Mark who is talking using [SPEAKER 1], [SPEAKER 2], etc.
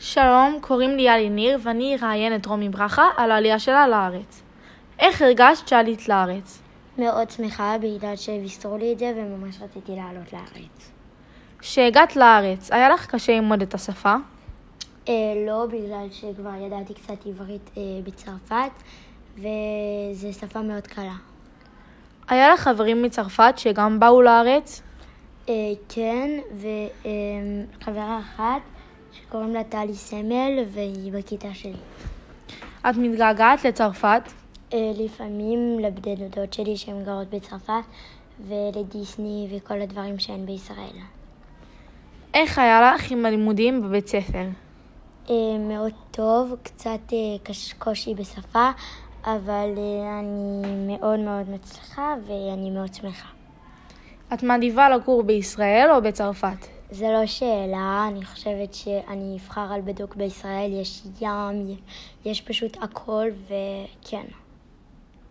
[SPEAKER 1] שלום, קוראים לי יאלי ניר ואני אראיין את רומי ברכה על העלייה שלה לארץ. איך הרגשת שעלית לארץ?
[SPEAKER 2] מאוד שמחה בגלל שהם הסתרו לי את זה וממש רציתי לעלות לארץ.
[SPEAKER 1] כשהגעת לארץ, היה לך קשה ללמוד את השפה?
[SPEAKER 2] אה, לא, בגלל שכבר ידעתי קצת עברית אה, בצרפת וזו שפה מאוד קלה.
[SPEAKER 1] היה לך חברים מצרפת שגם באו לארץ?
[SPEAKER 2] אה, כן, וחברה אחת שקוראים לה טלי סמל והיא בכיתה שלי.
[SPEAKER 1] את מתגעגעת לצרפת?
[SPEAKER 2] אה, לפעמים לבני דודות שלי שהן גרות בצרפת ולדיסני וכל הדברים שאין בישראל.
[SPEAKER 1] איך היה לך עם הלימודים בבית ספר?
[SPEAKER 2] אה, מאוד טוב, קצת אה, קש- קושי בשפה, אבל אה, אני מאוד מאוד מצליחה ואני מאוד שמחה.
[SPEAKER 1] את מעדיפה לגור בישראל או בצרפת?
[SPEAKER 2] זה לא שאלה, אני חושבת שאני אבחר על בדוק בישראל, יש ים, יש פשוט הכל, וכן.